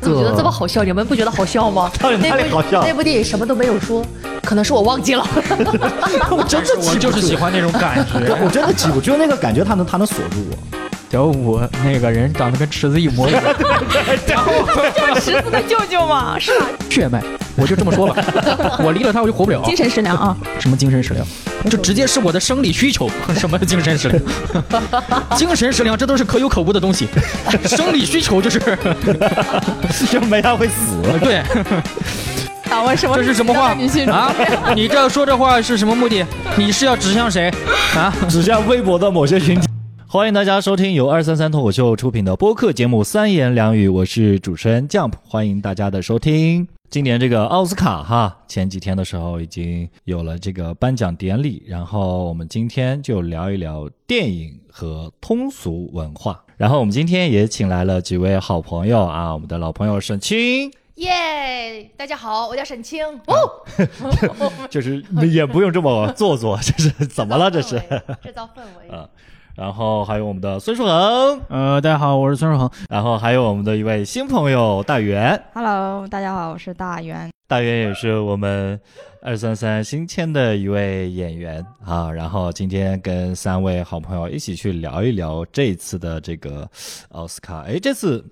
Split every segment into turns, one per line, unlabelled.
怎么觉得这么好笑？你们不觉得好笑 吗？
到底哪里好笑
那部那部电影什么都没有说，可能是我忘记 了。
我真的记
我
不
就是
住
喜，欢那种感觉。
我真的记不住，就是那个感觉，他能他能锁住我。
小五那个人长得跟池子一模一样，
池子的舅舅嘛，是吧？
血脉，我就这么说吧， 我离了他我就活不了。
精神食粮啊，
什么精神食粮，就直接是我的生理需求。 什么精神食粮？ 精神食粮这都是可有可无的东西，生理需求 就是
就没他会死。
对，
敢问什么？
这是什么话
女性
啊？你这说这话是什么目的？你是要指向谁啊？
指向微博的某些群体。欢迎大家收听由二三三脱口秀出品的播客节目《三言两语》，我是主持人 Jump，欢迎大家的收听。今年这个奥斯卡哈，前几天的时候已经有了这个颁奖典礼，然后我们今天就聊一聊电影和通俗文化。然后我们今天也请来了几位好朋友啊，我们的老朋友沈清，
耶！大家好，我叫沈清。哦，
就是也不用这么做作， 这是怎么了？这是，
制造氛 围
嗯，然后还有我们的孙树恒，
呃，大家好，我是孙世恒。
然后还有我们的一位新朋友大圆，
？Hello，大家好，我是大圆。
大圆也是我们二三三新签的一位演员啊。然后今天跟三位好朋友一起去聊一聊这次的这个奥斯卡。哎，这次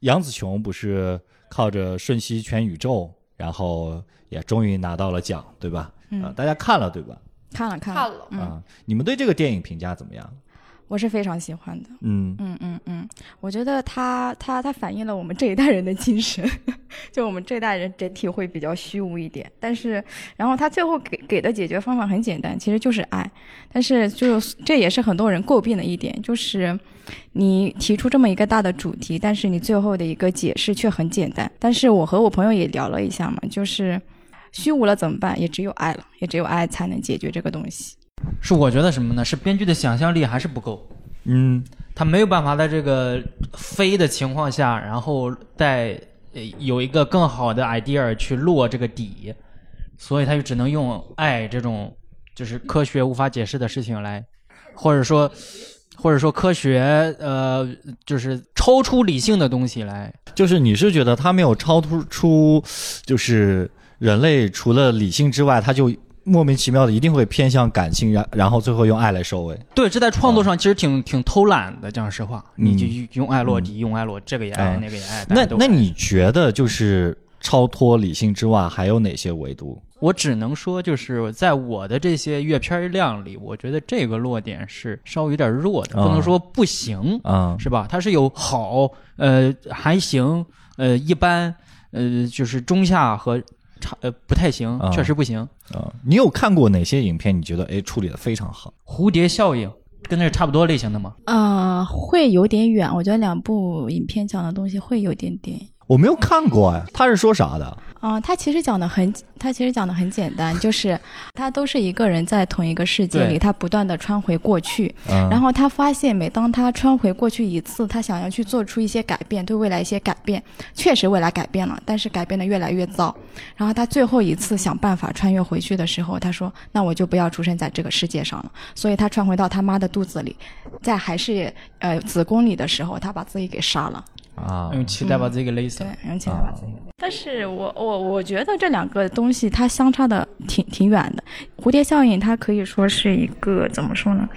杨紫琼不是靠着《瞬息全宇宙》，然后也终于拿到了奖，对吧？
嗯
啊，大家看了对吧？
看了看了，
看了，
嗯，
啊，你们对这个电影评价怎么样？
我是非常喜欢的。
嗯
嗯嗯嗯，我觉得他他他反映了我们这一代人的精神， 就我们这一代人整体会比较虚无一点，但是然后他最后给给的解决方法很简单，其实就是爱，但是就是这也是很多人诟病的一点，就是你提出这么一个大的主题，但是你最后的一个解释却很简单。但是我和我朋友也聊了一下嘛，就是虚无了怎么办？也只有爱了，也只有爱才能解决这个东西。
是我觉得什么呢？是编剧的想象力还是不够，
嗯，
他没有办法在这个飞的情况下，然后再呃有一个更好的 idea 去落这个底，所以他就只能用爱这种就是科学无法解释的事情来，或者说或者说科学呃就是超出理性的东西来
就是你是觉得他没有超突出，就是人类除了理性之外，他就莫名其妙的一定会偏向感性，然然后最后用爱来收尾。
对，这在创作上其实挺、挺偷懒的，讲实话，
嗯
你就用爱落地，用爱落这个也爱，
啊
那个也爱。大
那
家都
那
爱
你觉得就是超脱理性之外还有哪些维度？
我只能说，就是在我的这些阅片量里，我觉得这个落点是稍微有点弱的，
啊
不能说不行，
啊、
是吧？它是有好，呃，还行，呃，一般，呃，就是中下和差，呃，不太行，
啊
确实不行。
啊、你有看过哪些影片？你觉得哎处理的非常好？
蝴蝶效应跟那是差不多类型的嘛？
啊、会有点远，我觉得两部影片讲的东西会有点点
我没有看过哎，他是说啥的？
啊，他其实讲的很，他其实讲的很简单，就是他都是一个人在同一个世界
对
里，他不断的穿回过去，
嗯、
然后他发现每当他穿回过去一次，他想要去做出一些改变，对未来一些改变，确实未来改变了，但是改变的越来越糟。然后他最后一次想办法穿越回去的时候，他说：“那我就不要出生在这个世界上了。”所以他穿回到他妈的肚子里，在还是呃子宫里的时候，他把自己给杀了。
啊，
用脐带把自己给勒
嗯
死
对
了。，
用钱把自己。但是我我我觉得这两个东西它相差的挺挺远的。蝴蝶效应它可以说是一个怎么说呢？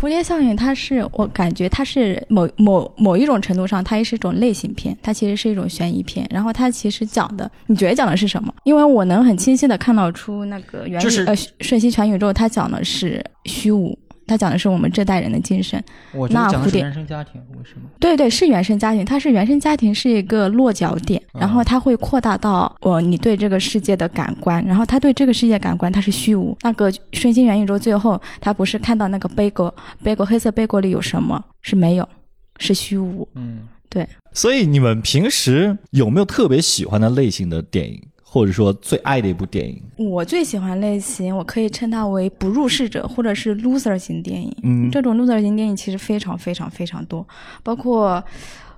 蝴蝶效应它是我感觉它是某某某一种程度上，它也是一种类型片，它其实是一种悬疑片。然后它其实讲的，你觉得讲的是什么？因为我能很清晰的看到出那个原理、
就是
呃瞬息全宇宙，它讲的是虚无。它讲的是我们这代人的精神，
我觉得
那
讲的
蝴
是
蝶
原生家庭，为什么？
对对，是原生家庭，它是原生家庭是一个落脚点，然后它会扩大到呃你对这个世界的感官，然后他对这个世界感官它是虚无。那个瞬息元宇宙最后，他不是看到那个背锅，背锅黑色背锅里有什么？是没有，是虚无。
嗯，
所以你们平时有没有特别喜欢的类型的电影，或者说最爱的一部电影？
我最喜欢类型，我可以称它为不入世者或者是 loser 型电影。
嗯
这种 loser 型电影其实非常非常非常多，包括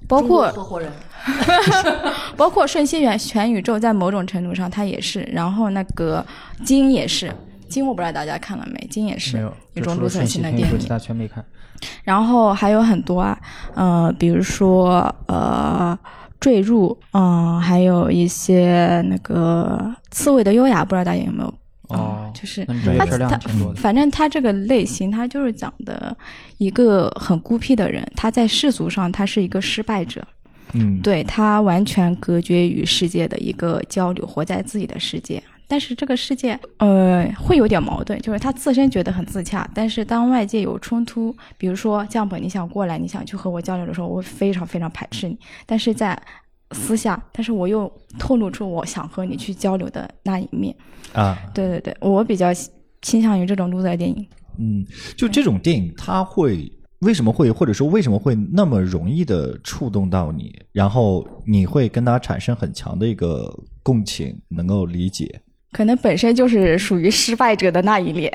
包括
合伙人，
包括瞬息元全宇宙在某种程度上它也是，然后那个鲸也是，金我不知道大家看了没，金也是
没有
一
就
种
除
芦
了
存
瞬
昕
息
的
天
电
赋
影
其。他全没看。
然后还有很多啊，呃，比如说呃，坠入，嗯、还有一些那个刺猬的优雅，不知道大家有没有？
哦
嗯就是
那你这个
他
片儿量
他
还挺多的。
反正他这个类型，他就是讲的一个很孤僻的人，他在世俗上他是一个失败者，
嗯，
对他完全隔绝与世界的一个交流，活在自己的世界。但是这个世界，呃，会有点矛盾，就是他自身觉得很自洽，但是当外界有冲突，比如说降本，你想过来，你想去和我交流的时候，我会非常非常排斥你，但是在私下，但是我又透露出我想和你去交流的那一面。
啊，
对对对，我比较倾向于这种 loser 电影。
嗯，就这种电影，它会为什么会，或者说为什么会那么容易的触动到你，然后你会跟它产生很强的一个共情，能够理解，
可能本身就是属于失败者的那一列，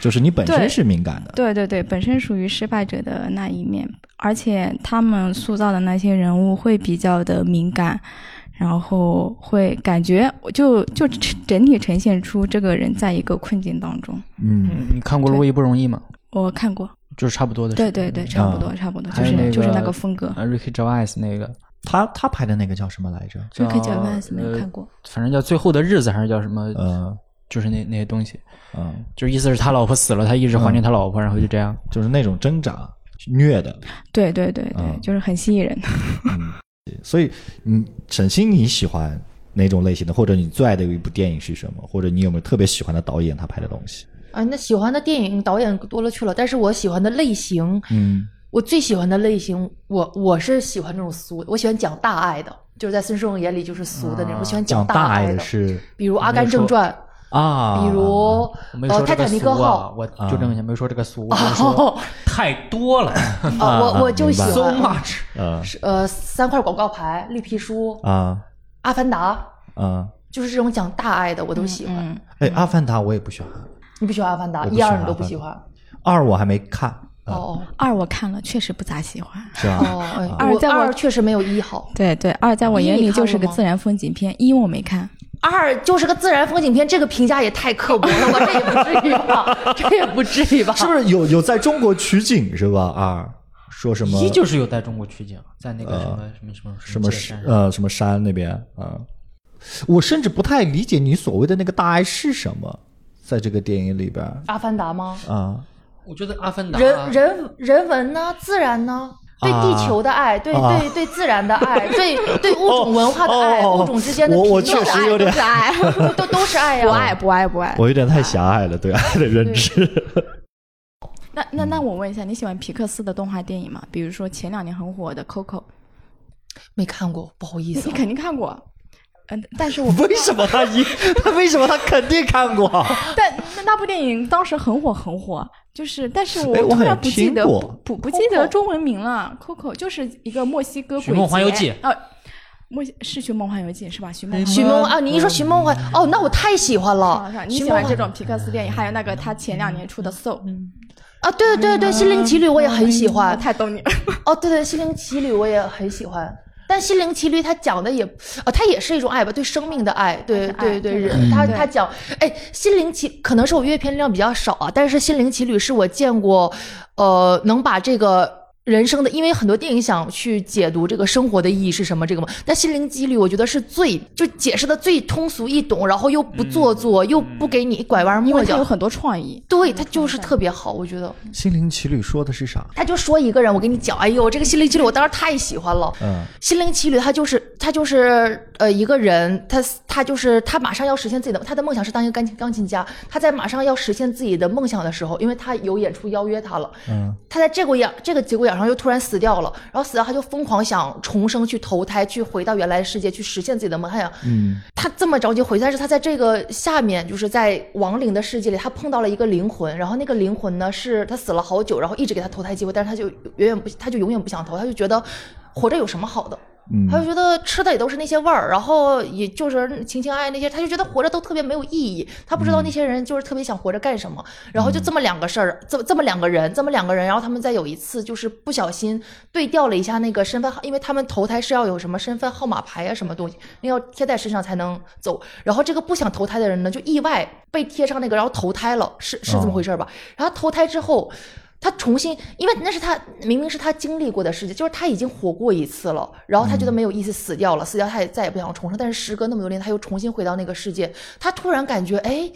就是你本身
对
是敏感的，
对对对，本身属于失败者的那一面，而且他们塑造的那些人物会比较的敏感，然后会感觉就就整体呈现出这个人在一个困境当中。
嗯，
嗯你看过《路易不容易》吗？
我看过，
就是差不多的。
对对对，，差不多、
啊
差不多，
还
就是、
有那
就是那
个
个呃风格。
啊，Ricky Gervais 那个，
他他拍的那个叫什么来着？
瑞克·杰
叫
万斯没有
呃
看过，
反正叫《最后的日子》还是叫什么？
呃，
就是那那些东西，
嗯，
就是意思是他老婆死了，他一直怀念他老婆，然后就这样。
就是那种挣扎虐的，
对对对对，
嗯
就是很吸引人。
嗯，所以嗯，沈星你喜欢哪种类型的，或者你最爱的一部电影是什么，或者你有没有特别喜欢的导演他拍的东西？
啊，那喜欢的电影导演多了去了，但是我喜欢的类型，
嗯，
我最喜欢的类型，我我是喜欢这种俗，我喜欢讲大爱的，就是在孙胜眼里就是俗的那种，
啊
我喜欢
讲
大
大爱
的，
的是
比如《阿甘正传
啊》，
比如
哦
我没
呃《
说
泰
这个
坦尼
俗
克
啊，
号
我纠正一下，
嗯
没说这个俗，我就是》说
哦，
太多了
啊，我我就喜
明白
，so
欢
much。
呃
是呃三块广告牌、绿皮书、
啊
阿凡达，
啊，
就是这种讲大爱的我都喜欢。
嗯，
哎，阿凡达我也不喜欢，
你不喜欢阿凡达，
我不
一
喜欢
二你都不
阿凡达啊
喜欢，
二我还没看啊，
哦
二我看了，确实不咋喜欢。
是吧？
哦，哎
二
我
在我
二确实没有一好，
对对，二在我
一
眼
你
里
看
就是
了
个
吗
自然风景片，一我没看。
二就是个自然风景片，这个评价也太刻薄了吧？这也不至于吧？这也不至 于吧？
是不是有有在中国取景是吧？二说什么嗯
一就是有在中国取景，在那个什么什么什
什么
么界山上
呃什么山那边啊，我甚至不太理解你所谓的那个大爱是什么，在这个电影里边
阿凡达吗？
啊，
我觉得《阿凡达》啊
人人人文呢？自然呢？对地球的爱，对
啊
对对自然的 爱，对对物种文化的爱，
哦哦哦
物种之间的
我我
平等
确
的
实
爱
有点
都是爱， 都都是爱呀。
不爱不爱不爱。
我有点太狭隘了对爱的认知，
那那那我问一下，你喜欢皮克斯的动画电影吗？比如说前两年很火的《Coco》，
没看过，不好意思
你
啊。
肯定看过。嗯，但是我
为什么他一 他为什么他肯定看过？
但那那部电影当时很火很火，就是但是我
哎我
突然
好像
不记
听
得
过
不不不记得中文名了，《Coco》就是一个墨西哥鬼
寻梦环游
节
记
呃，墨西是《寻梦环游记》是吧？《寻梦环游记
寻梦啊，
嗯
你一说寻梦环，哦，那我太喜欢了
啊是吧》，你
寻
喜
梦
欢
环
这种皮克斯电影，还有那个他前两年出的《Soul》，
啊，对对
嗯
对，心灵奇旅我也很喜欢
我，太嗯懂你了。
哦，对对，《心灵奇旅》我也很喜欢，但《心灵奇旅》它讲的也，啊，它也是一种爱吧，对生命的爱，对
它是
对
爱
对，
对
人它
对
它讲，哎，《心灵奇》可能是我阅片量比较少啊，但是《心灵奇旅》是我见过，呃，能把这个。人生的，因为很多电影想去解读这个生活的意义是什么，这个嘛，但《心灵奇旅》我觉得是最就解释的最通俗易懂，然后又不做作，又不给你拐弯
因
抹
为他有
角，
很多创意，
对，它就是特别好，我觉得。
心灵奇旅说的是啥？
他就说一个人，我跟你讲，哎呦，这个心灵奇旅我当时太喜欢了。
嗯
心灵奇旅，他就是他就是呃一个人，他他就是他马上要实现自己的他的梦想是当一个钢琴钢琴家。他在马上要实现自己的梦想的时候，因为他有演出邀约他了，
嗯
他在这个养这个节骨眼上又突然死掉了，然后死掉他就疯狂想重生，去投胎，去回到原来的世界，去实现自己的梦。他想
嗯
他这么着急回去，但是他在这个下面，就是在亡灵的世界里，他碰到了一个灵魂，然后那个灵魂呢，是他死了好久，然后一直给他投胎机会，但是他就永远不，他就永远不想投，他就觉得活着有什么好的，
嗯
他就觉得吃的也都是那些味儿，然后也就是情情爱爱那些，他就觉得活着都特别没有意义。他不知道那些人就是特别想活着干什么。然后就这么两个事儿，这么这么两个人，这么两个人，然后他们在有一次就是不小心对调了一下那个身份号，因为他们投胎是要有什么身份号码牌啊什么东西，那要贴在身上才能走。然后这个不想投胎的人呢，就意外被贴上那个，然后投胎了，是是这么回事儿吧？然后投胎之后。他重新，因为那是他明明是他经历过的事情，就是他已经活过一次了，然后他觉得没有意思，死掉了，死掉他也再也不想重生。但是时隔那么多年，他又重新回到那个世界，他突然感觉，哎，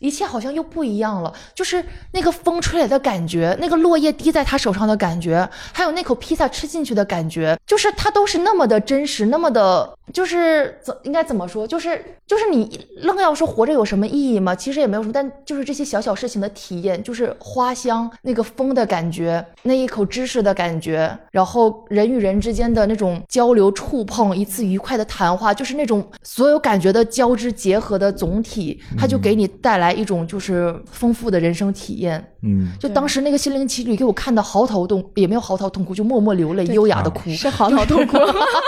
一切好像又不一样了，就是那个风吹来的感觉，那个落叶滴在他手上的感觉，还有那口披萨吃进去的感觉，就是它都是那么的真实，那么的，就是怎应该怎么说，就是就是你愣要说活着有什么意义吗？其实也没有什么，但就是这些小小事情的体验，就是花香、那个风的感觉，那一口芝士的感觉，然后人与人之间的那种交流、触碰，一次愉快的谈话，就是那种所有感觉的交织结合的总体，它就给你带来一种就是丰富的人生体验。
嗯，
就当时那个心灵奇旅给我看的嚎啕痛，也没有嚎啕痛哭，就默默流泪，优雅的哭，
是嚎啕痛哭。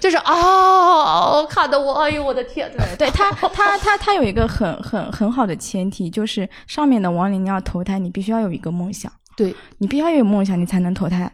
就是啊，看得我，哎呦我的天，
对他，他他他有一个很很很好的前提，就是上面的亡灵你要投胎，你必须要有一个梦想，
对
你必须要有梦想，你才能投胎。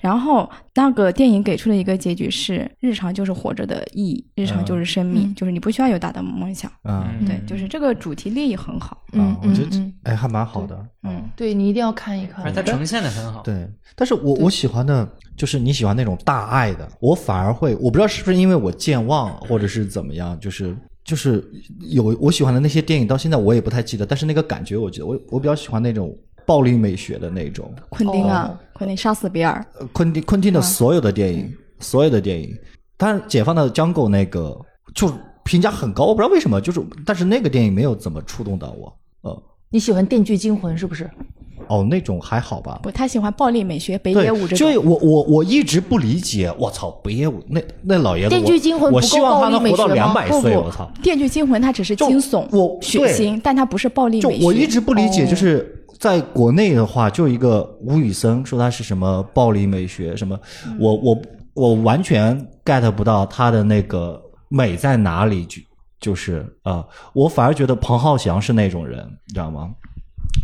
然后那个电影给出的一个结局是，日常就是活着的意义，日常就是生命，
嗯
就是你不需要有大的梦想。
啊
嗯
对，就是这个主题立意很好。
嗯
啊，我
嗯
觉得这
嗯，
哎还蛮好的，
嗯
啊
对你一定要看一看哎
而。它呈现的很好。
对，但是我我喜欢的就是你喜欢那种大爱的，我反而会，我不知道是不是因为我健忘或者是怎么样，就是就是有我喜欢的那些电影，到现在我也不太记得，但是那个感觉我记得，我我比较喜欢那种暴力美学的那种，
昆汀啊，昆汀杀死比尔，
呃昆汀昆汀
嗯
的所有的电影，所有的电影，当然解放的《江狗》那个就评价很高，我不知道为什么，就是但是那个电影没有怎么触动到我，呃。
你喜欢《电锯惊魂》是不是？
哦，那种还好吧，
不，他喜欢暴力美学、北
对，
野武这
所以
种。
我我我一直不理解，我操，北野武那那老爷子，
电锯惊魂
我我
不够
希望他
暴力
能
美
活到
学
两
吗
百
不
岁，
不
我操！
《电锯惊魂》它只是
就
惊悚、
我
血
对
腥，但它不是暴力
就
美学。哦
我一直不理解，就是在国内的话，就一个吴宇森说他是什么暴力美学什么，
嗯
我我我完全 get 不到他的那个美在哪里，就就是啊、呃我反而觉得彭浩翔是那种人，你知道吗？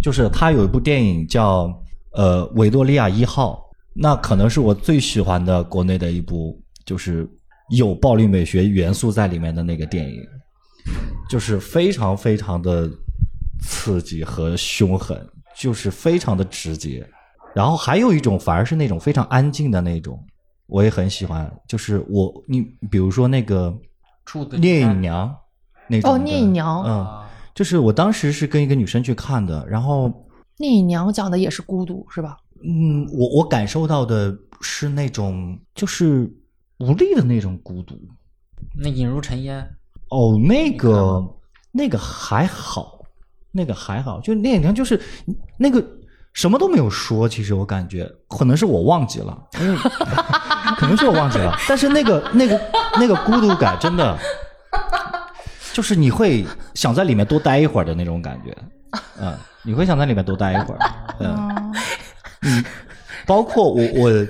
就是他有一部电影叫呃《维多利亚一号》，那可能是我最喜欢的国内的一部，就是有暴力美学元素在里面的那个电影，就是非常非常的刺激和凶狠，就是非常的直接。然后还有一种反而是那种非常安静的那种，我也很喜欢。就是我你比如说那个
处子
聂
之
隐
战
娘那种
哦
的
聂隐娘
嗯，
啊，
就是我当时是跟一个女生去看的，然后
聂隐娘讲的也是孤独，是吧？
嗯，我我感受到的是那种就是无力的那种孤独。
那引入尘烟，
哦，那
你看
个
吗
那个还好，那个还好，就聂隐娘就是那个什么都没有说，其实我感觉可能是我忘记了，因为可能是我忘记了，但是那个那个那个孤独感真的，就是你会想在里面多待一会儿的那种感觉，嗯，你会想在里面多待一会儿，嗯，
哦，
包括我我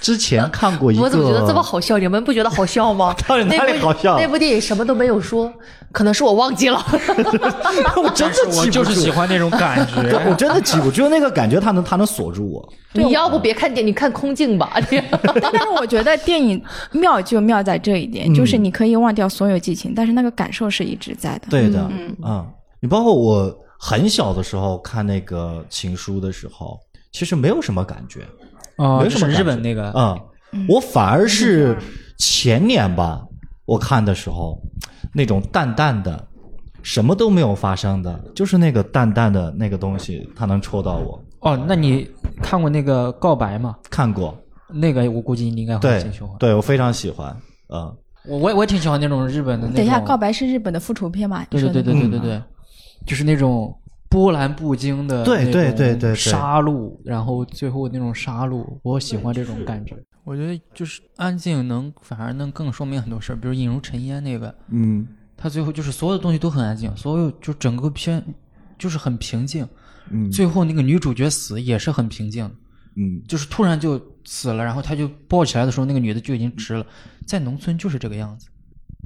之前看过一个，
我怎么觉得这么好笑？你们不觉得好笑吗？
到底哪里
那部
好笑啊
那部电影什么都没有说，可能是我忘记 了。
我真的
我
记不
就是
住
喜。欢那种感
对我
觉。
真的记不住，就那个感觉，它能它能锁住我。
你要不别看电，你看空镜吧。
但但是我觉得电影妙就妙在这一点，就是
嗯
你可以忘掉所有剧情，但是那个感受是一直在的。
对的，嗯，你包括我很小的时候看那个《情书》的时候，其实没有什么感觉，
哦，
没
就
什么感
是
觉
日本那个，
嗯，我反而是前年吧，我看的时候，那种淡淡的，什么都没有发生的，就是那个淡淡的那个东西，它能戳到我。
哦，那你看过那个《告白》吗？
看过，
那个我估计你应该会
对
啊挺喜欢，。
对我非常喜欢，嗯，
我我也我也挺喜欢那种日本的那种。
等一下，《告白》是日本的复仇片嘛？
对对对对
你
对
说的
对对，
嗯
就是那种波澜不惊的
对
那
对
种
对对对
杀戮，然后最后那种杀戮，我喜欢这种感觉。我觉得就是安静能反而能更说明很多事儿，比如引入尘烟那个，
嗯，
他最后就是所有东西都很安静，所有就整个片就是很平静。
嗯
最后那个女主角死也是很平静的，
嗯，
就是突然就死了，然后他就抱起来的时候，那个女的就已经直了。在农村就是这个样子，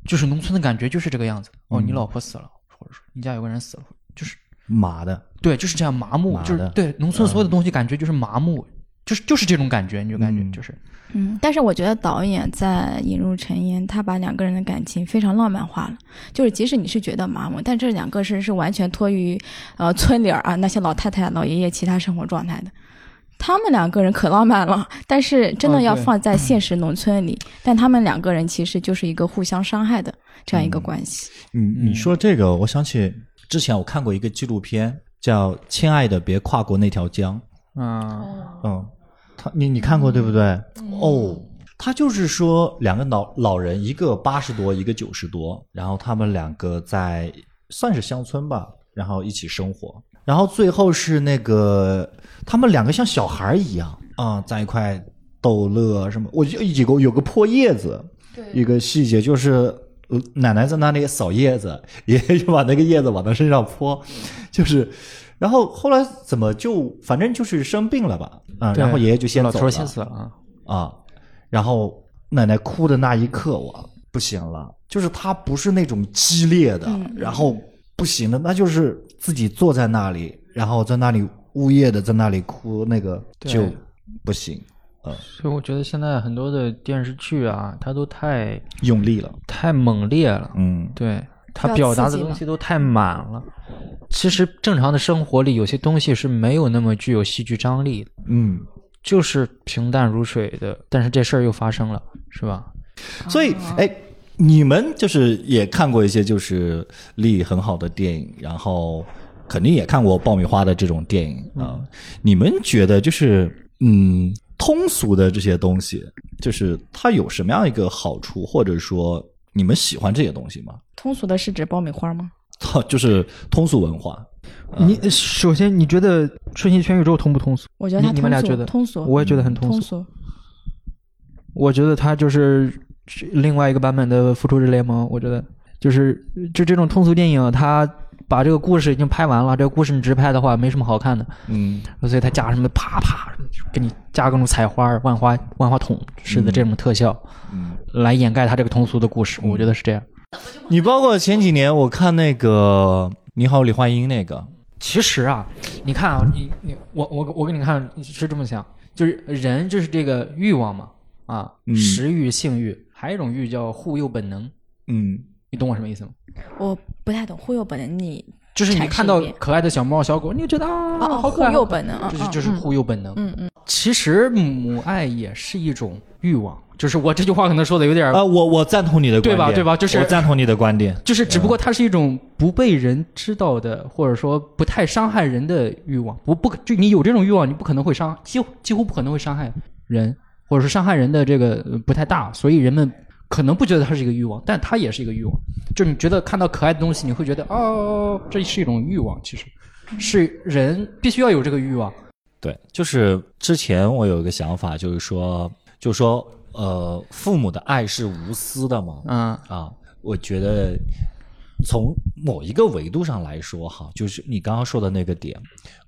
就是农村的感觉就是这个样子。哦，
嗯
你老婆死了，或者说你家有个人死了，就是
麻的，
对，就是这样麻木，
麻的
就是对农村所有的东嗯西感觉就是麻木，就是就是这种感觉，你就感觉
嗯
就是
嗯，但是我觉得导演在引入尘烟，他把两个人的感情非常浪漫化了。就是即使你是觉得麻木，但这两个是是完全脱于呃村里儿啊那些老太太、老爷爷其他生活状态的。他们两个人可浪漫了，但是真的
嗯
要
对
放在现实农村里，但他们两个人其实就是一个互相伤害的这样一个关系。
你嗯你说这个，我想起之前我看过一个纪录片，叫《亲爱的别跨过那条江》。
嗯，
嗯，他你你看过对不对？哦，他就是说两个老老人，一个八十多，一个九十多，然后他们两个在算是乡村吧，然后一起生活，然后最后是那个他们两个像小孩一样啊、在一块逗乐什么，我就有个有个破叶子，一个细节就是。呃奶奶在那里扫叶子，爷爷就把那个叶子往他身上泼，就是，然后后来怎么就反正就是生病了吧，啊、
对
然后爷爷就先
老
走
头
了，
儿先死了啊。
啊，然后奶奶哭的那一刻，我不行了，就是她不是那种激烈的，然后不行的，那就是自己坐在那里，然后在那里呜咽的在那里哭，那个
对
就不行，
所以我觉得现在很多的电视剧啊，它都太
用力了，
太猛烈了，
嗯
对它
要
表达
刺
的
激
东
嘛
西都太满了。其实正常的生活里，有些东西是没有那么具有戏剧张力的，
嗯，
就是平淡如水的。但是这事儿又发生了，是吧？
所以哎。你们就是也看过一些就是力很好的电影，然后肯定也看过爆米花的这种电影啊、你们觉得就是嗯通俗的这些东西，就是它有什么样一个好处，或者说你们喜欢这些东西吗？
通俗的是指爆米花吗？
就是通俗文化，
你首先你觉得《瞬息全宇宙》通不通俗？
我觉得它
你
通俗，
你们俩觉得
通俗，
我也觉得很通
通
俗。
俗。
我觉得它就是另外一个版本的《复仇者联盟》，我觉得就是就这种通俗电影，它把这个故事已经拍完了，这个故事你直拍的话没什么好看的，
嗯
所以它加什么啪啪，给你加各种彩花、万花万花筒似的这种特效，
嗯，
来掩盖它这个通俗的故事，我觉得是这样。
你包括前几年我看那个《你好，李焕英》那个，
其实啊，你看啊，你你我我我给你看是这么想，就是人就是这个欲望嘛，啊，
嗯
食欲、性欲，还有一种欲叫护幼本能，
嗯
你懂我什么意思吗？
我不太懂忽悠本能，你
就是你
阐释
看到
一遍
可爱的小猫小狗，你就觉得啊，
哦，
好
忽
可爱，
悠本能，啊，
就是
嗯
就是
嗯
护幼本能。
嗯嗯，
其实母爱也是一种欲望，就是我这句话可能说的有点儿，
啊、我我赞同你的观点，
对吧对吧就是
我赞同你的观点，
就是只不过它是一种不被人知道的，或者说不太伤害人的欲望。不不，就你有这种欲啊望，你不可能会伤，几乎几乎不可能会伤害人，或者说伤害人的这个呃不太大，所以人们可能不觉得它是一个欲望，但它也是一个欲望。就是你觉得看到可爱的东西，你会觉得哦，这是一种欲望，其实是人必须要有这个欲望。
对，就是之前我有一个想法，就是说，就是说，呃，父母的爱是无私的嘛，
嗯
啊，我觉得从某一个维度上来说，哈，就是你刚刚说的那个点，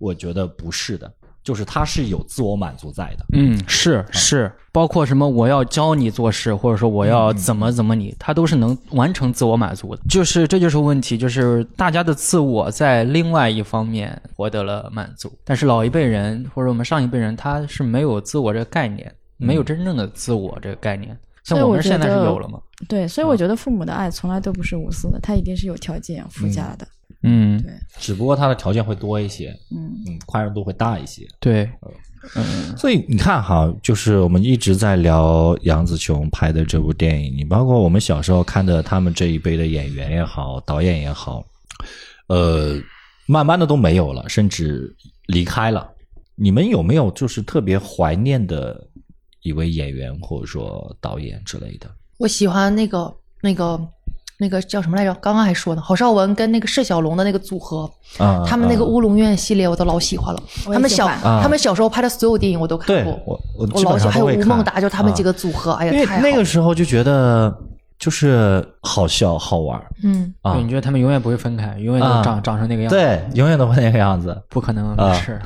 我觉得不是的，就是他是有自我满足在的，
嗯，是
啊
是，包括什么我要教你做事，或者说我要
嗯
怎么怎么你，他都是能完成自我满足的。就是这就是问题，就是大家的自我在另外一方面获得了满足，但是老一辈人或者我们上一辈人，他是没有自我这个概念，
嗯
没有真正的自我这个概念。像
所以
我
我
们
觉
现在是
得
有了嘛？
对，所以我觉得父母的爱从来都不是无私的，他一定是有条件附加的。
嗯，
只不过他的条件会多一些，
嗯，
嗯，宽容度会大一些。
对，
所以你看哈，就是我们一直在聊杨紫琼拍的这部电影，你包括我们小时候看的他们这一辈的演员也好，导演也好，呃，慢慢的都没有了，甚至离开了。你们有没有就是特别怀念的一位演员或者说导演之类的？
我喜欢那个那个那个叫什么来着？刚刚还说呢，郝邵文跟那个释小龙的那个组合，
啊、
他们那个
啊
乌龙院系列我都老喜欢了。
我也
他们
喜
小
欢
啊
他们小时候拍的所有电影我都看
对
过，
我我
我
基
老
本
喜
上
欢。还有
都会
吴
看
孟达，就他们几
啊
个组合，哎
因
呀，
为
太好
那个
了。
时候就觉得就是好笑好玩儿
嗯，
啊
对，你觉得他们永远不会分开，永远
啊
都长长成那个样子？，
对，永远都会那个样子。
不可能
啊
是。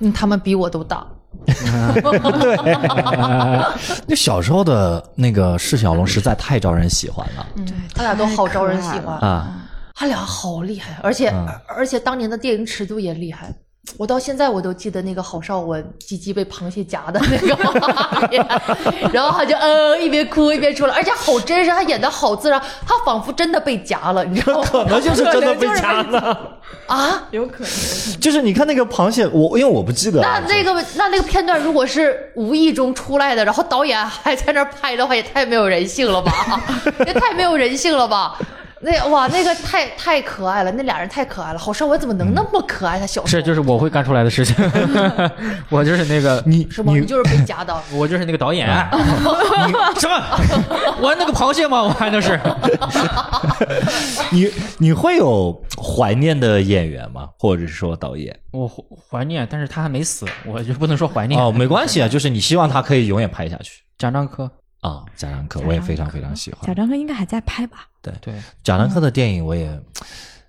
嗯他们比我都大，
对，就小时候的那个释小龙实在太招人喜欢了
嗯，他俩都好招人喜
太可爱
欢
了，
啊！
他俩好厉害，而
嗯
且、而且当年的电影尺度也厉害。我到现在我都记得那个郝邵文鸡鸡被螃蟹夹的那个画面，然后他就嗯一边哭一边出来，而且好真实，他演的好自然，他仿佛真的被夹了，你知道吗？
可能就是真的被夹了，
啊，
有可能。
就是你看那个螃蟹，我因为我不记得
那
啊了，
那个那那个片段如果是无意中出来的，然后导演还在那儿拍的话，也太没有人性了吧？ 也太没有人性了吧？那哇，那个太太可爱了，那俩人太可爱了，郝邵文怎么
嗯
能那么可爱？他啊小时候
是，就是我会干出来的事 情。我就是那个，
你啊
是吗？你就是被夹到。
我就是那个导演。你什么？ 我那个螃蟹吗？我还能是？
你你会有怀念的演员吗？或者是说导演？
我怀怀念，但是他还没死，我就不能说怀念。
哦，没关系啊，就是你希望他可以永远拍下去
贾樟柯，
啊。贾樟柯我也非常非常喜
贾
欢，
樟柯应该还在拍吧？
对，
贾樟柯的电影我也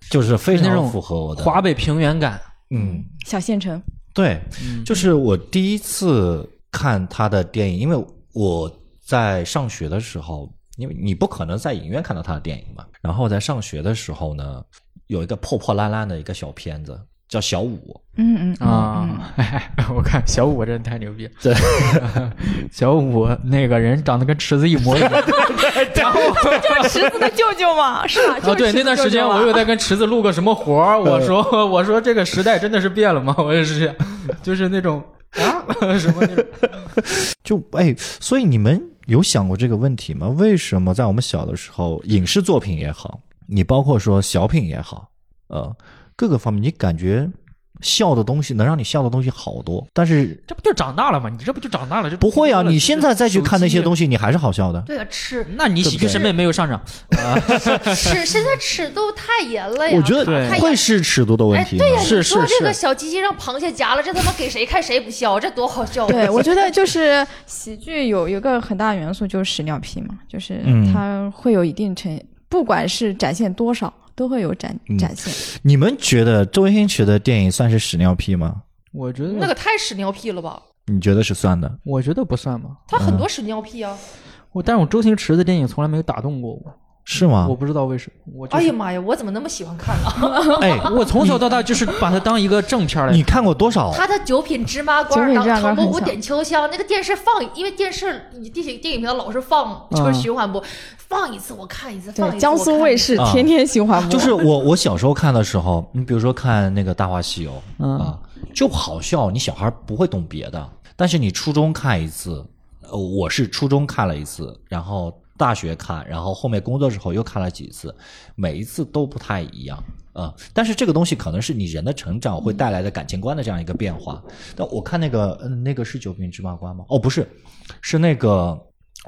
就是非
那
常
种
符合我的
华北平原感，
嗯，
小县城，
对，就是我第一次看他的电影，因为我在上学的时候，因为你不可能在影院看到他的电影嘛。然后我在上学的时候呢，有一个破破烂烂的一个小片子叫《小五
嗯嗯嗯嗯
啊、哎， 我看小五真的太牛逼了。
对，
小五那个人长得跟池子一模一样。然后
池子的舅舅嘛，是吧？
啊，对，那段时间我有在跟池子录个什么活儿，我说我说这个时代真的是变了吗？我也是， 就是那种啊什么那种。》
就哎，所以你们有想过这个问题吗？为什么在我们小的时候，影视作品也好，你包括说小品也好，呃，各个方面，你感觉笑的东西能让你笑的东西好多，但是
这不就长大了吗？你这不就长大了？这
不会啊，你现在再去看那些东
西，
西，你还是好笑的。
对啊， 尺
那你喜剧审美没有上涨。
尺现在尺度太严了呀！
我觉得
对
啊太
会
严。
是尺度的问
哎，
题。
对呀，
是
你说
是
这个
是
小鸡鸡让螃蟹夹了，这他妈给谁看谁不笑，这多好笑！啊
对， 我觉得就是喜剧有一个很大元素就是屎尿屁嘛，就是
嗯
它会有一定程，不管是展现多少，都会有展
嗯
展现。
你们觉得周星驰的电影算是屎尿屁吗？
我觉得
那个太屎尿屁了吧？
你觉得是算的？
我觉得不算吧。
嗯
他很多屎尿屁啊！
我但是我周星驰的电影从来没有打动过我，
是吗
我？不知道为什么。我就
哎
是
呀妈呀，我怎么那么喜欢看啊？
哎，
我从小到大就是把它当一个正片来
你看过多少？
他的九品芝麻官
九品
儿，然后
芝麻官
唐
儿
伯虎
很像
点秋香，那个电视放，因为电视电影电影频道老是放，就是循环播，放一次我看一次，放一次
对，江苏卫视
我
啊
看
天天循环 播，
就是我我小时候看的时候，你比如说看那个《大话西游》
嗯
啊，就好笑，你小孩不会懂别的。但是你初中看一次，呃，我是初中看了一次，然后大学看，然后后面工作之后又看了几次，每一次都不太一样。啊、但是这个东西可能是你人的成长会带来的感情观的这样一个变化。但我看那个，嗯，那个是《九品芝麻官》吗？哦，不是，是那个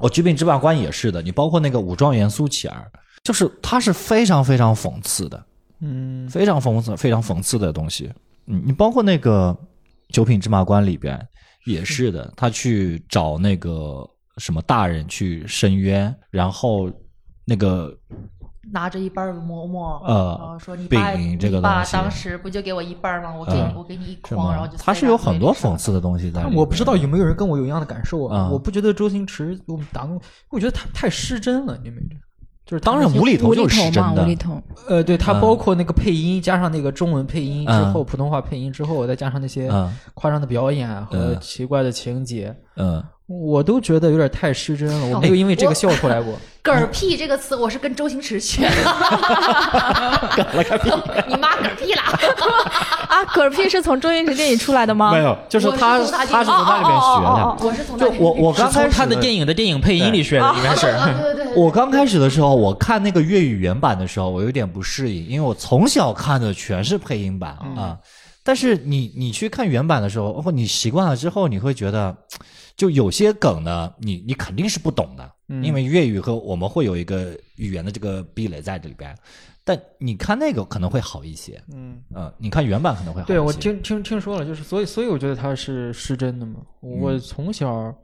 哦，《九品芝麻官》也是的。你包括那个武状元苏乞儿，就是它是非常非常讽刺的，
嗯，
非常讽刺、非常讽刺的东西。嗯，你包括那个《九品芝麻官》里边也是的，他去找那个什么大人去申冤，然后那个
拿着一半儿馍馍，
呃
然后说你爸，
饼这个
你爸
东西
当时不就给我一半儿吗？我给
嗯
你，我给你一
什
筐，然后
么
就，
他
塞
是
到
有
嘴
很
里
多
吃了
讽刺的东西在里
但
面。
我不知道有没有人跟我有一样的感受啊！
嗯
我不觉得周星驰我们打动，我觉得他太失真了，你们这就是
当然
他那些
无厘头
无厘
就是
头
真
嘛，无
的
厘头。
呃，对他
嗯
包括那个配音，加上那个中文配音之
嗯
后，普通话配音之后，再加上那些
嗯
夸张的表演啊和
嗯
奇怪的情节，
嗯，
我都觉得有点太失真哎了。我没有因为这个笑出来过。
嗝儿屁这个词，我是跟周星驰学的。嗝了个屁！你妈嗝儿屁了！
啊，嗝屁是从周星驰电影出来的吗？
没有，就是
我
他
是从
他是从那里边学
哦
的。
哦哦哦我是从那里
就我我
是
刚
从
开始
他的电影的电影配音里学的，应该是。
啊对对对，
我刚开始的时候，我看那个粤语原版的时候，我有点不适应，因为我从小看的全是配音版啊、
嗯
但是你你去看原版的时候，哦，你习惯了之后，你会觉得，就有些梗呢，你你肯定是不懂的，
嗯
因为粤语和我们会有一个语言的这个壁垒在这里边。但你看那个可能会好一些，
嗯，
呃，你看原版可能会好一些。
对，我听听听说了，就是所以所以我觉得他是失真的嘛。我从小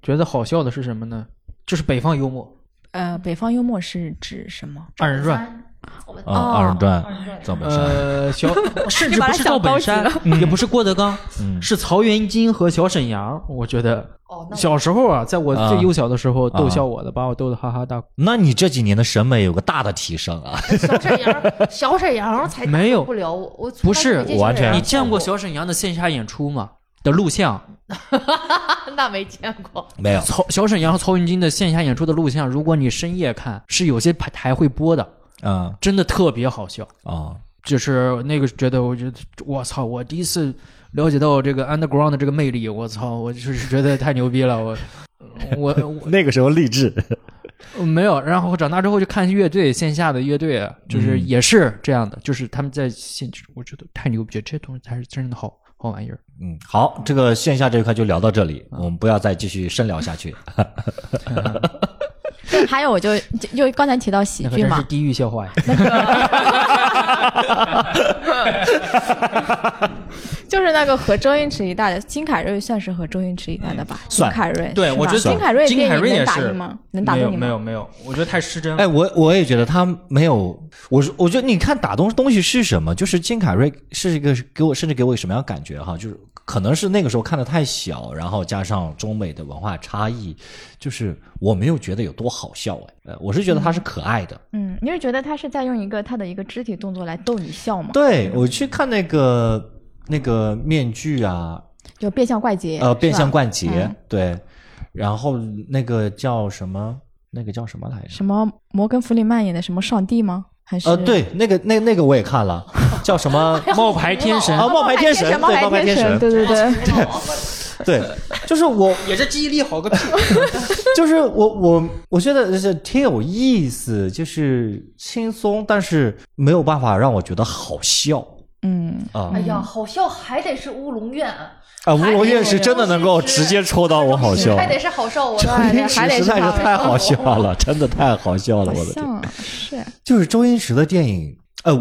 觉得好笑的是什么呢？就是北方幽默、
呃，北方幽默是指什么？
二人转，
转，
啊，二人转赵本山，
呃，小甚至
把
不
它
是
想
赵
高
本
级
山
了，
也不是郭德纲，
嗯
是曹云金和小沈阳。我觉得
哦，那
小时候啊，在 我最
啊
幼小的时候，
啊
逗笑我的，把我逗得哈哈大哭。
那你这几年的审美有个大的提升啊！
小沈阳，小沈阳才
没
打
有
动不了我，我从
不
来
是
没见小
完
沈阳
全
你见 过小沈阳的线下演出吗？的录像，
那没见过，
没有，
曹小沈阳和曹云金的线下演出的录像，如果你深夜看，是有些台会播的，
嗯
真的特别好笑。
啊
就是那个觉得，我觉得我操，我第一次了解到这个 underground 的这个魅力，我操，我就是觉得太牛逼了，我 我我
那个时候励志，
呃没有。然后长大之后就看乐队，线下的乐队啊就是
嗯
也是这样的，就是他们在现，我觉得太牛逼，这东西才是真的好好玩意儿。
嗯，好，这个线下这一块就聊到这
嗯
里，我们不要再继续深聊下去。
对，还有我就就就刚才提到喜
那可
剧
真
嘛
是，地狱笑话呀！
就是那个和周星驰一搭的，金凯瑞算是和周星驰一搭的吧？金
算
凯瑞，
对
是
我
吧
觉得
金凯瑞
金
电
凯
影
瑞也
能打
是
赢吗？能打动你吗？
没有，我觉得太失真
哎，我我也觉得他没有，我是我觉得你看打动东西是什么，就是金凯瑞是一个给我甚至给我什么样的感觉哈，就是可能是那个时候看的太小，然后加上中美的文化差异，就是我没有觉得有多好笑哎，呃，我是觉得他是可爱的。
嗯，你是觉得他是在用一个他的一个肢体动作来逗你笑吗？
对我去看那个那个面具啊，
就变相怪杰，
呃，变
是吧
相冠杰、
啊嗯
对，然后那个叫什么？那个叫什么来着？
什么摩根弗里曼演的什么上帝吗？还是
呃，对，那个那那个我也看了，叫什么？
冒牌天神
啊，冒牌天神，
神，
对，
哦冒
冒牌
天
天神，
对对对，
对，就是我，
也是记忆力好个屁！
就是我，我我觉得就是挺有意思，就是轻松，但是没有办法让我觉得好笑
嗯，
啊
哎呀，好笑还得是乌龙院，
啊！乌龙院是真的能够直接戳到我好笑，
还得是好笑，我
对对还得
实
是
在
他
是
们
太好笑了，真的太好笑了，
好
我的天！
像是
就是周星驰的电影，呃，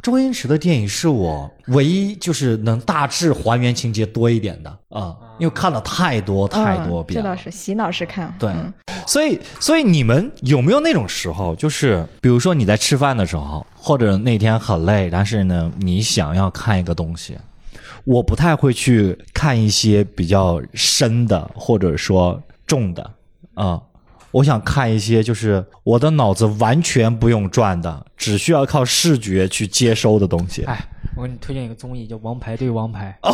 周星驰的电影是我唯一就是能大致还原情节多一点的啊，因为看了太多太多遍
嗯这
了。
倒是洗脑式看，
对
嗯，
所以，所以你们有没有那种时候，就是比如说你在吃饭的时候，或者那天很累，但是呢，你想要看一个东西，我不太会去看一些比较深的或者说重的啊、我想看一些就是我的脑子完全不用转的，只需要靠视觉去接收的东西。
哎，我给你推荐一个综艺叫《王牌对王牌
哦，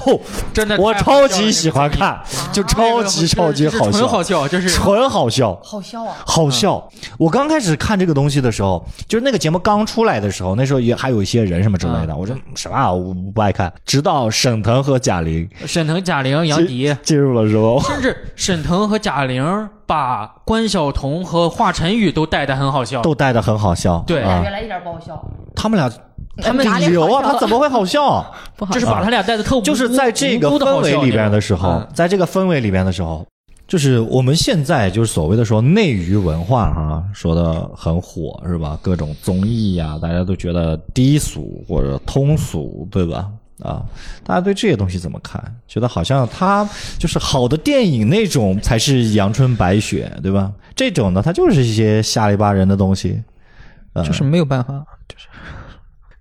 真的
我
太好
超
笑了
级喜欢看，就》，
那
超
个
级超级
就是
好
纯
笑
好，笑，就是
纯好 笑。
好笑啊！
好笑。我刚开始看这个东西的时候，就是那个节目刚出来的时候，那时候也还有一些人什么之类
嗯
的，我说什么啊，我不爱看。直到沈腾和贾玲
沈腾、贾玲、杨迪，
进入了之后，
甚至沈腾和贾玲把关晓彤和华晨宇都带的很好笑。
都带的很好笑。
对
哎呀
啊
原来一点不好笑，
他们俩。
他们
顶流啊，他怎么会好笑？
不好
就，是把他俩带的特无辜
就是在这个
无辜地
氛
好笑
围里边的
那种
时候
嗯，
在这个氛围里边的时候，就是我们现在就是所谓的说内娱文化啊，说的很火是吧？各种综艺呀、大家都觉得低俗或者通俗，对吧？啊，大家对这些东西怎么看？觉得好像它就是好的电影那种才是阳春白雪，对吧？这种呢，它就是一些下里巴人的东西。
就是没有办法，就是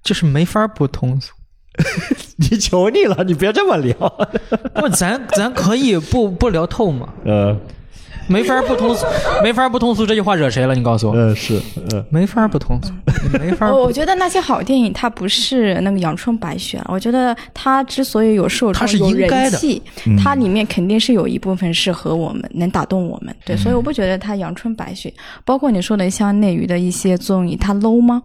就是没法不通俗。
你求你了，你别这么聊。
不，咱咱可以不不聊透嘛？
呃，
没法不通 俗，没法不通俗这句话惹谁了？你告诉我，
呃，是，呃，
没法不通俗，没法
我
不
我觉得那些好电影，它不是那个阳春白雪，啊我觉得它之所以有受众、
它是
有
应该
人
的
气，它里面肯定是有一部分是和我们能打动我们，对，所以我不觉得它阳春白雪。包括你说的像内娱的一些综艺，它 low 吗？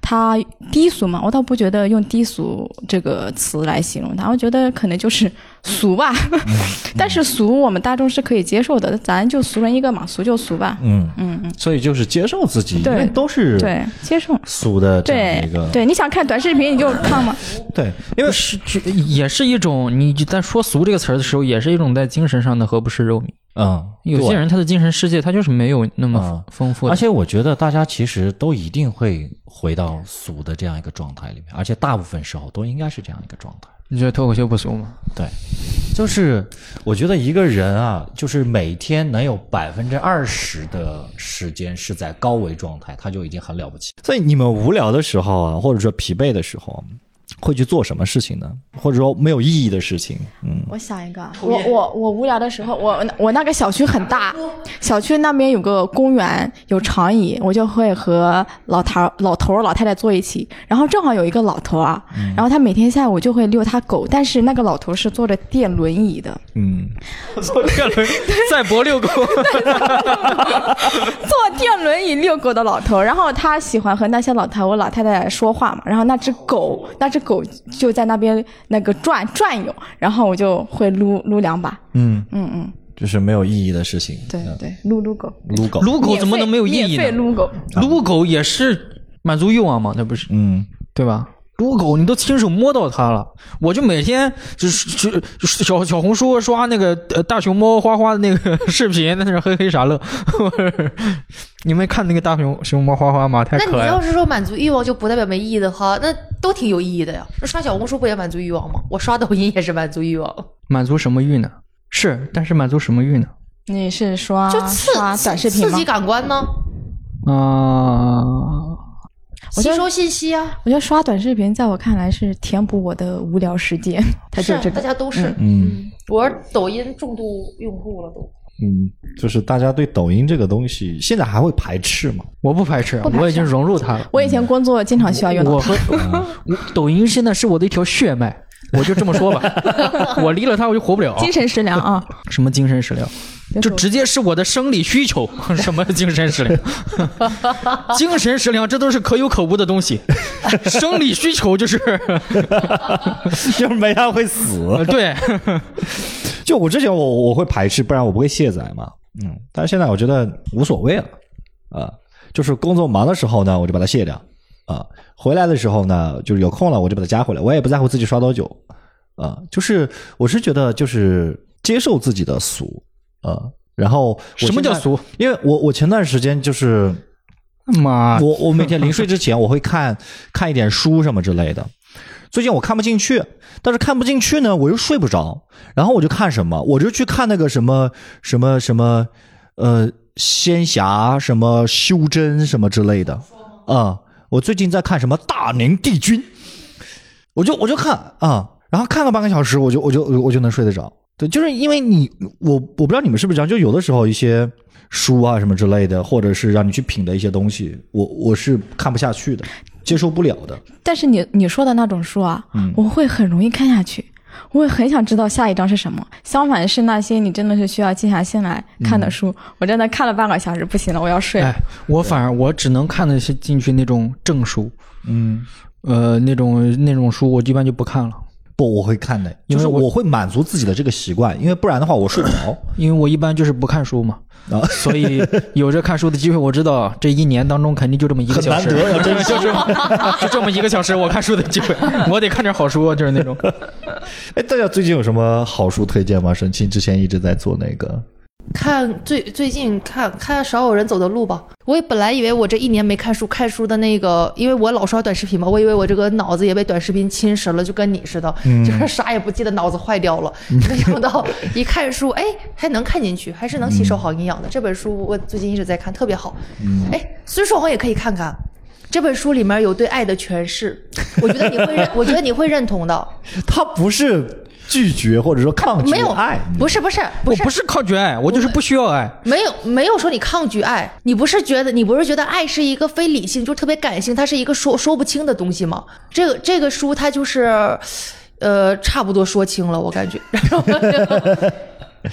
它低俗吗？我倒不觉得用低俗这个词来形容它，我觉得可能就是俗吧。 但是俗我们大众是可以接受的，咱就俗人一个嘛，俗就俗吧。
嗯，
嗯嗯，
所以就是接受自己，因
对
为都嗯是
对，接受。
俗的这样的
对
一个
对，你想看短视频你就看嘛。
对，因为
是就也是一种你在说“俗”这个词儿的时候，也是一种在精神上的何不食肉糜。
嗯，
有些人他的精神世界他就是没有那
哦
么
啊
丰富
对，
的
而且我觉得大家其实都一定会回到俗的这样一个状态里面，而且大部分时候都应该是这样一个状态。
你觉得脱口秀不俗吗？
就是我觉得一个人啊，就是每天能有百分之二十的时间是在高维状态，他就已经很了不起。所以你们无聊的时候啊，或者说疲惫的时候，会去做什么事情呢？或者说没有意义的事情？嗯，
我想一个啊，我我我无聊的时候，我我那个小区很大，小区那边有个公园，有长椅，我就会和老头儿老头儿老太太坐一起。然后正好有一个老头儿啊，然后他每天下午就会遛他狗，但是那个老头儿是坐着电轮椅的，
嗯，
赛博遛狗，
坐电轮椅遛狗的老头儿。然后他喜欢和那些老头儿老太太说话嘛，然后那只狗那只狗就在那边那个转转悠，然后我就会撸撸两把，
嗯，
嗯嗯，
就是没有意义的事情。
对
嗯
对，撸撸狗。
撸狗。
撸哦狗怎么能没有意义
免费
呢？
撸狗，
撸狗也是满足欲望嘛，那不是
嗯，
对吧？撸狗你都亲手摸到它了，我就每天就是就就小小红书刷那个呃大熊猫花花的那个视频，在那儿嘿嘿傻乐。 你们看那个大熊熊猫花花吗？太
那你
可爱
要
了。
是说满足欲望就不代表没意义的话，那都挺有意义的呀。那刷小红书不也满足欲望吗？我刷抖音也是满足欲望，
啊
满足什么欲呢？是，但是满足什么欲呢？
你是刷
就刺
刷短视频
刺
吗
激？感官呢，
啊、
我觉
吸
得
收信息啊。
我觉得刷短视频在我看来是填补我的无聊时 间，它就是这
啊大
个。
家都是。
嗯，
我是抖音重度用户了都。
嗯，就是大家对抖音这个东西现在还会排斥吗？
我不排斥，啊
不排斥
我已经融入它了。
我以前工作经常需要用到
我
它，
和我抖音现在是我的一条血脉，我就这么说吧，我离了它我就活不了。
精神食粮啊，
什么精神食粮？就直接是我的生理需 求。什么精神 食粮？精神食粮这都是可有可无的东西，生理需求就是
就是没他会死。
呃对。
就我之前我我会排斥，不然我不会卸载嘛。嗯，但是现在我觉得无所谓了，啊、就是工作忙的时候呢，我就把它卸掉，啊、回来的时候呢，就是有空了我就把它加回来，我也不在乎自己刷多久，啊、就是我是觉得就是接受自己的俗，啊、然后我
什么
现在
叫俗？
因为我我前段时间就是
妈，
我我每天临睡之前，我会看看一点书什么之类的。最近我看不进去，但是看不进去呢，我又睡不着。然后我就看什么，我就去看那个什么什么什么，呃，仙侠什么修真什么之类的。啊、我最近在看什么大宁帝君，我就我就看啊、然后看个半个小时，我就我就我就能睡得着。对，就是因为你我我不知道你们是不是这样，就有的时候一些书啊什么之类的，或者是让你去品的一些东西，我我是看不下去的，接受不了的。
但是你你说的那种书啊，我会很容易看下去，我会很想知道下一章是什么。相反是那些你真的是需要静下心来看的书，我真的看了半个小时不行了，我要睡了
哎。，我反而我只能看得些进去那种证书，
嗯，
呃，那种那种书我一般就不看了，
不，我会看的，因为
就是我
我会满足自己的这个习惯，因为不然的话我睡不着。
因为我一般就是不看书嘛。
啊
所以有这看书的机会，我知道这一年当中肯定就这么一个小时，
很难得要珍惜
就是 就这么一个小时我看书的机会，我得看点好书，啊就是那种。
哎，大家最近有什么好书推荐吗？沈清之前一直在做那个，
看最最近看看少有人走的路吧。我也本来以为我这一年没看书，看书的那个，因为我老刷短视频嘛，我以为我这个脑子也被短视频侵蚀了，就跟你似的，就是啥也不记得，脑子坏掉 了。没想到一看书，哎，还能看进去，还是能吸收好营养的。这本书我最近一直在看，特别好。哎，孙少红也可以看看。这本书里面有对爱的诠释，我觉得你会认，我觉得你会认同 的。
他不是拒绝或者说抗拒
没有
爱，
不是不是
我
不是
不是抗拒爱，我就是不需要爱。
没有没有说你抗拒爱，你不是觉得你不是觉得爱是一个非理性，就特别感性，它是一个说说不清的东西吗？这个这个书它就是，呃，差不多说清了，我感觉。 然后就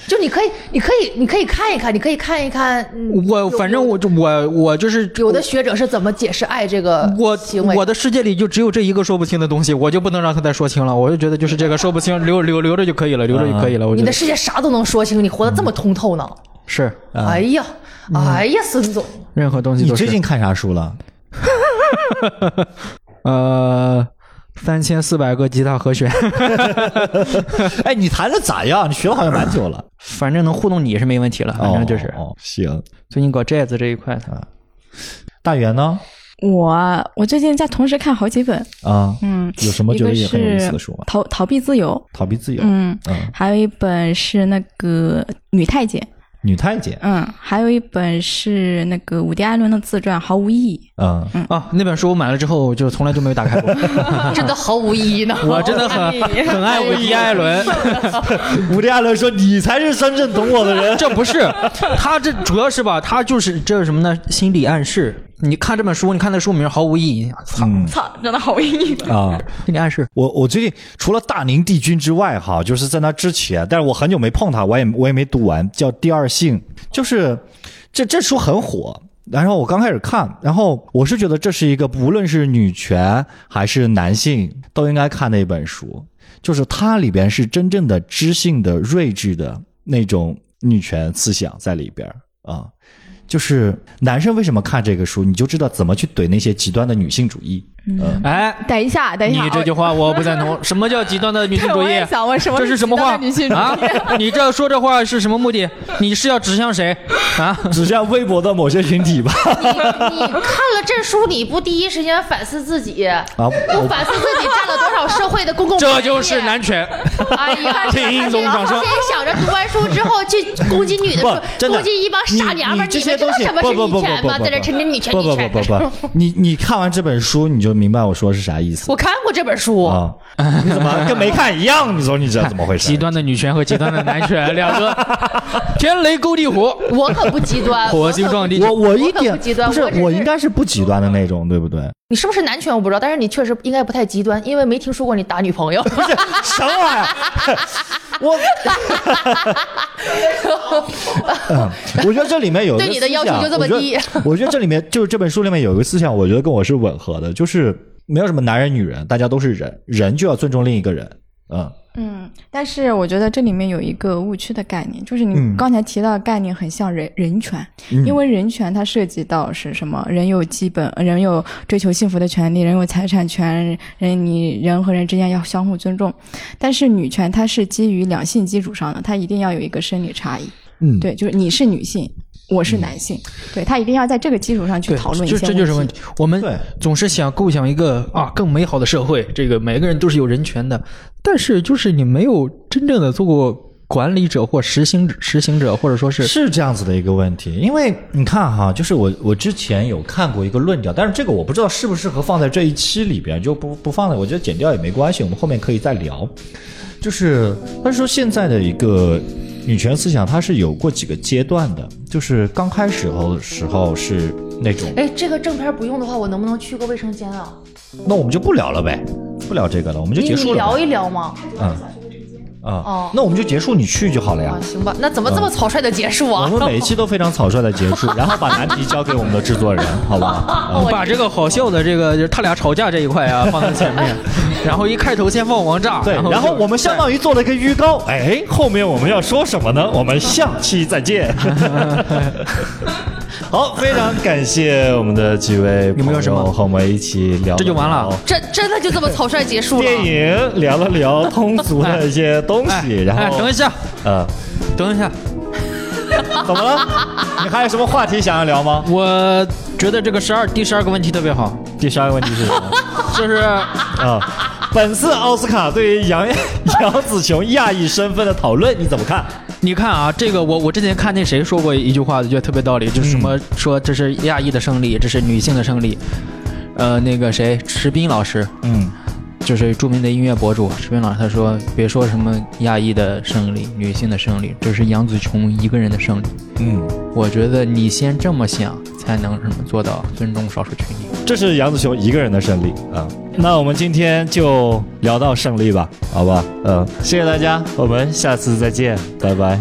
就你可以，你可以，你可以看一看，你可以看一看。嗯
我
有
反正我就我我就是
有的学者是怎么解释爱这个
我
行为？
我的世界里就只有这一个说不清的东西，我就不能让他再说清了。我就觉得就是这个说不清，留留留着就可以了，留着就可
嗯
以了。我觉
你的
得
世界啥都能说清，你活得这么通透呢？
是啊嗯
哎呀，哎呀，孙总，
任何东西
你
都
最
是。
近看啥书了？
呃，三千四百个吉他和弦，
哎，你弹的咋样？你学了好像蛮久了。
反正能糊弄你是没问题了。反正就是
哦哦行。
最近搞 jazz 这一块的，
大元呢？
我我最近在同时看好几本，
啊，
嗯，嗯，
有什么
一
觉
个
得也很有意思
是
的书啊吗？
逃逃避自由，
逃避自由，
嗯，
嗯，
还有一本是那个女太监，
女太监，
嗯，还有一本是那个伍迪·艾伦的自传《毫无意义
嗯，
啊，那本书我买了之后，我就从来就没有打 开过。
真的毫无意义呢。
我真的很很爱伍迪·艾 伦，
伍迪·艾伦说：“你才是真正懂我的人。
这不是他这主要是吧？他就是这是什么呢？心理暗示。你看这本书，你看那书名毫无意义。操，
嗯”
操，真的毫无意义。
啊，
心理暗示。
我我最近除了大宁帝君之外，哈，就是在那之前，但是我很久没碰它，我也我也没读完，叫《第二性》，就是这这书很火。然后我刚开始看，然后我是觉得这是一个无论是女权还是男性都应该看的一本书，就是它里边是真正的知性的、睿智的那种女权思想在里边儿啊。就是男生为什么看这个书，你就知道怎么去怼那些极端的女性主义。嗯，
哎，
等一下，等一下，哦
你这句话我不赞同。什么叫极端的女性
对
主
我
义
也？想问什么
这是什么
极
话
端的女性主义
啊？你这说这话是什么目的？你是要指向谁 啊？
呃指向微博的某些群体吧。
你看了这书，你不第一时间反思自己，
啊，
不
我
反思自己占了多少社会的公共啊
这就是 男权。
哎呀，
听总掌声
先想着读完书之后去攻击女的，
不真的
攻击一帮傻娘们
你
儿，
你这些
们知
东
道
西
什么
不
是
不不
女
不
权
不
吗？
不
在这沉浸女权，
不
女
不不
权。
不不，你你看完这本书你就明白我说是啥意 思
我看过这本书，
啊？你 怎么跟没看一样？你说你知道怎么回事？
极端的女权和极端的男权两个天雷勾地火，
我可不极 端，
火
我可
星
不
撞地
我
球。
我一
我可
点
不极端
不是
我只是
我应该是不极端的那种，对不对？
你是不是男权我不知道，但是你确实应该不太极端，因为没听说过你打女朋 友。
不是什么玩意儿？我，嗯，我觉得这里面有一个
对你的
思
要求
想
就这么
我觉得
低
我觉得这里面就是这本书里面有一个思想，我觉得跟我是吻合的，就是没有什么男人女人，大家都是人，人就要尊重另一个人。嗯，
嗯，但是我觉得这里面有一个误区的概念，就是
嗯
你刚才提到的概念很像人人权，
嗯
因为人权它涉及到是什么？人有基本，人有追求幸福的权利，人有财产权，人你人和人之间要相互尊重。但是女权它是基于两性基础上的，它一定要有一个生理差异。
嗯
对，就是你是女性，我是男性，对他一定要在这个基础上去
嗯对
讨论一
就
些
这就是
问
问
题。
题。我们
对
总是想构想一个啊更美好的社会，这个每个人都是有人权的，但是就是你没有真正的做过管理者或实行实行者，或者说是
是这样子的一个问题，因为你看哈，就是我我之前有看过一个论调，但是这个我不知道适不适合放在这一期里边，就不不放在，我觉得剪掉也没关系，我们后面可以再聊。就是他说现在的一个女权思想，它是有过几个阶段的，就是刚开始候时候是那种，
哎，这个正片不用的话，我能不能去个卫生间啊？
那我们就不聊了呗，不聊这个了，我们就
你
结
你
束了
聊
呗。
一聊嘛。
啊、
哦
那我们就结束，你去就好了呀。
啊，行吧，那怎么这么草率的结束
我
啊？
们每一期都非常草率的结 束，然后把难题交给我们的制作人，好吧？
哦
嗯
把这个好笑的这个就是他俩吵架这一块啊放在前面，然后一开头先放王炸，
对，
然后
然后
就
我们相当于做了一个预告，哎，后面我们要说什么呢？我们下期 再见。好，非常感谢我们的几位
有没有什么
朋友和我们一起聊，
这就完了。
真真的就这么草率结束了？
电影聊了聊通俗的一些东
哎
西，然
哎
后
等一下，
呃，
等一下，
怎 么了？你还有什么话题想要聊吗？
我觉得这个十二第十二个问题特别好，
第十二个问题是什 么？
就是
啊，本次奥斯卡对于杨 杨紫琼亚裔身份的讨论你怎么看？
你看啊，这个我我之前看那谁说过一句话，我觉得特别道理，就是什
嗯
么说这是亚裔的胜利，这是女性的胜利。呃，那个谁，池斌老师，
嗯，
就是著名的音乐博主池斌老师，他说别说什么亚裔的胜利、女性的胜利，这是杨紫琼一个人的胜利。
嗯，
我觉得你先这么想，才能什么做到尊重少数群体。
这是杨子雄一个人的胜利啊、那我们今天就聊到胜利吧，好吧？嗯，谢谢大家，我们下次再见，拜拜。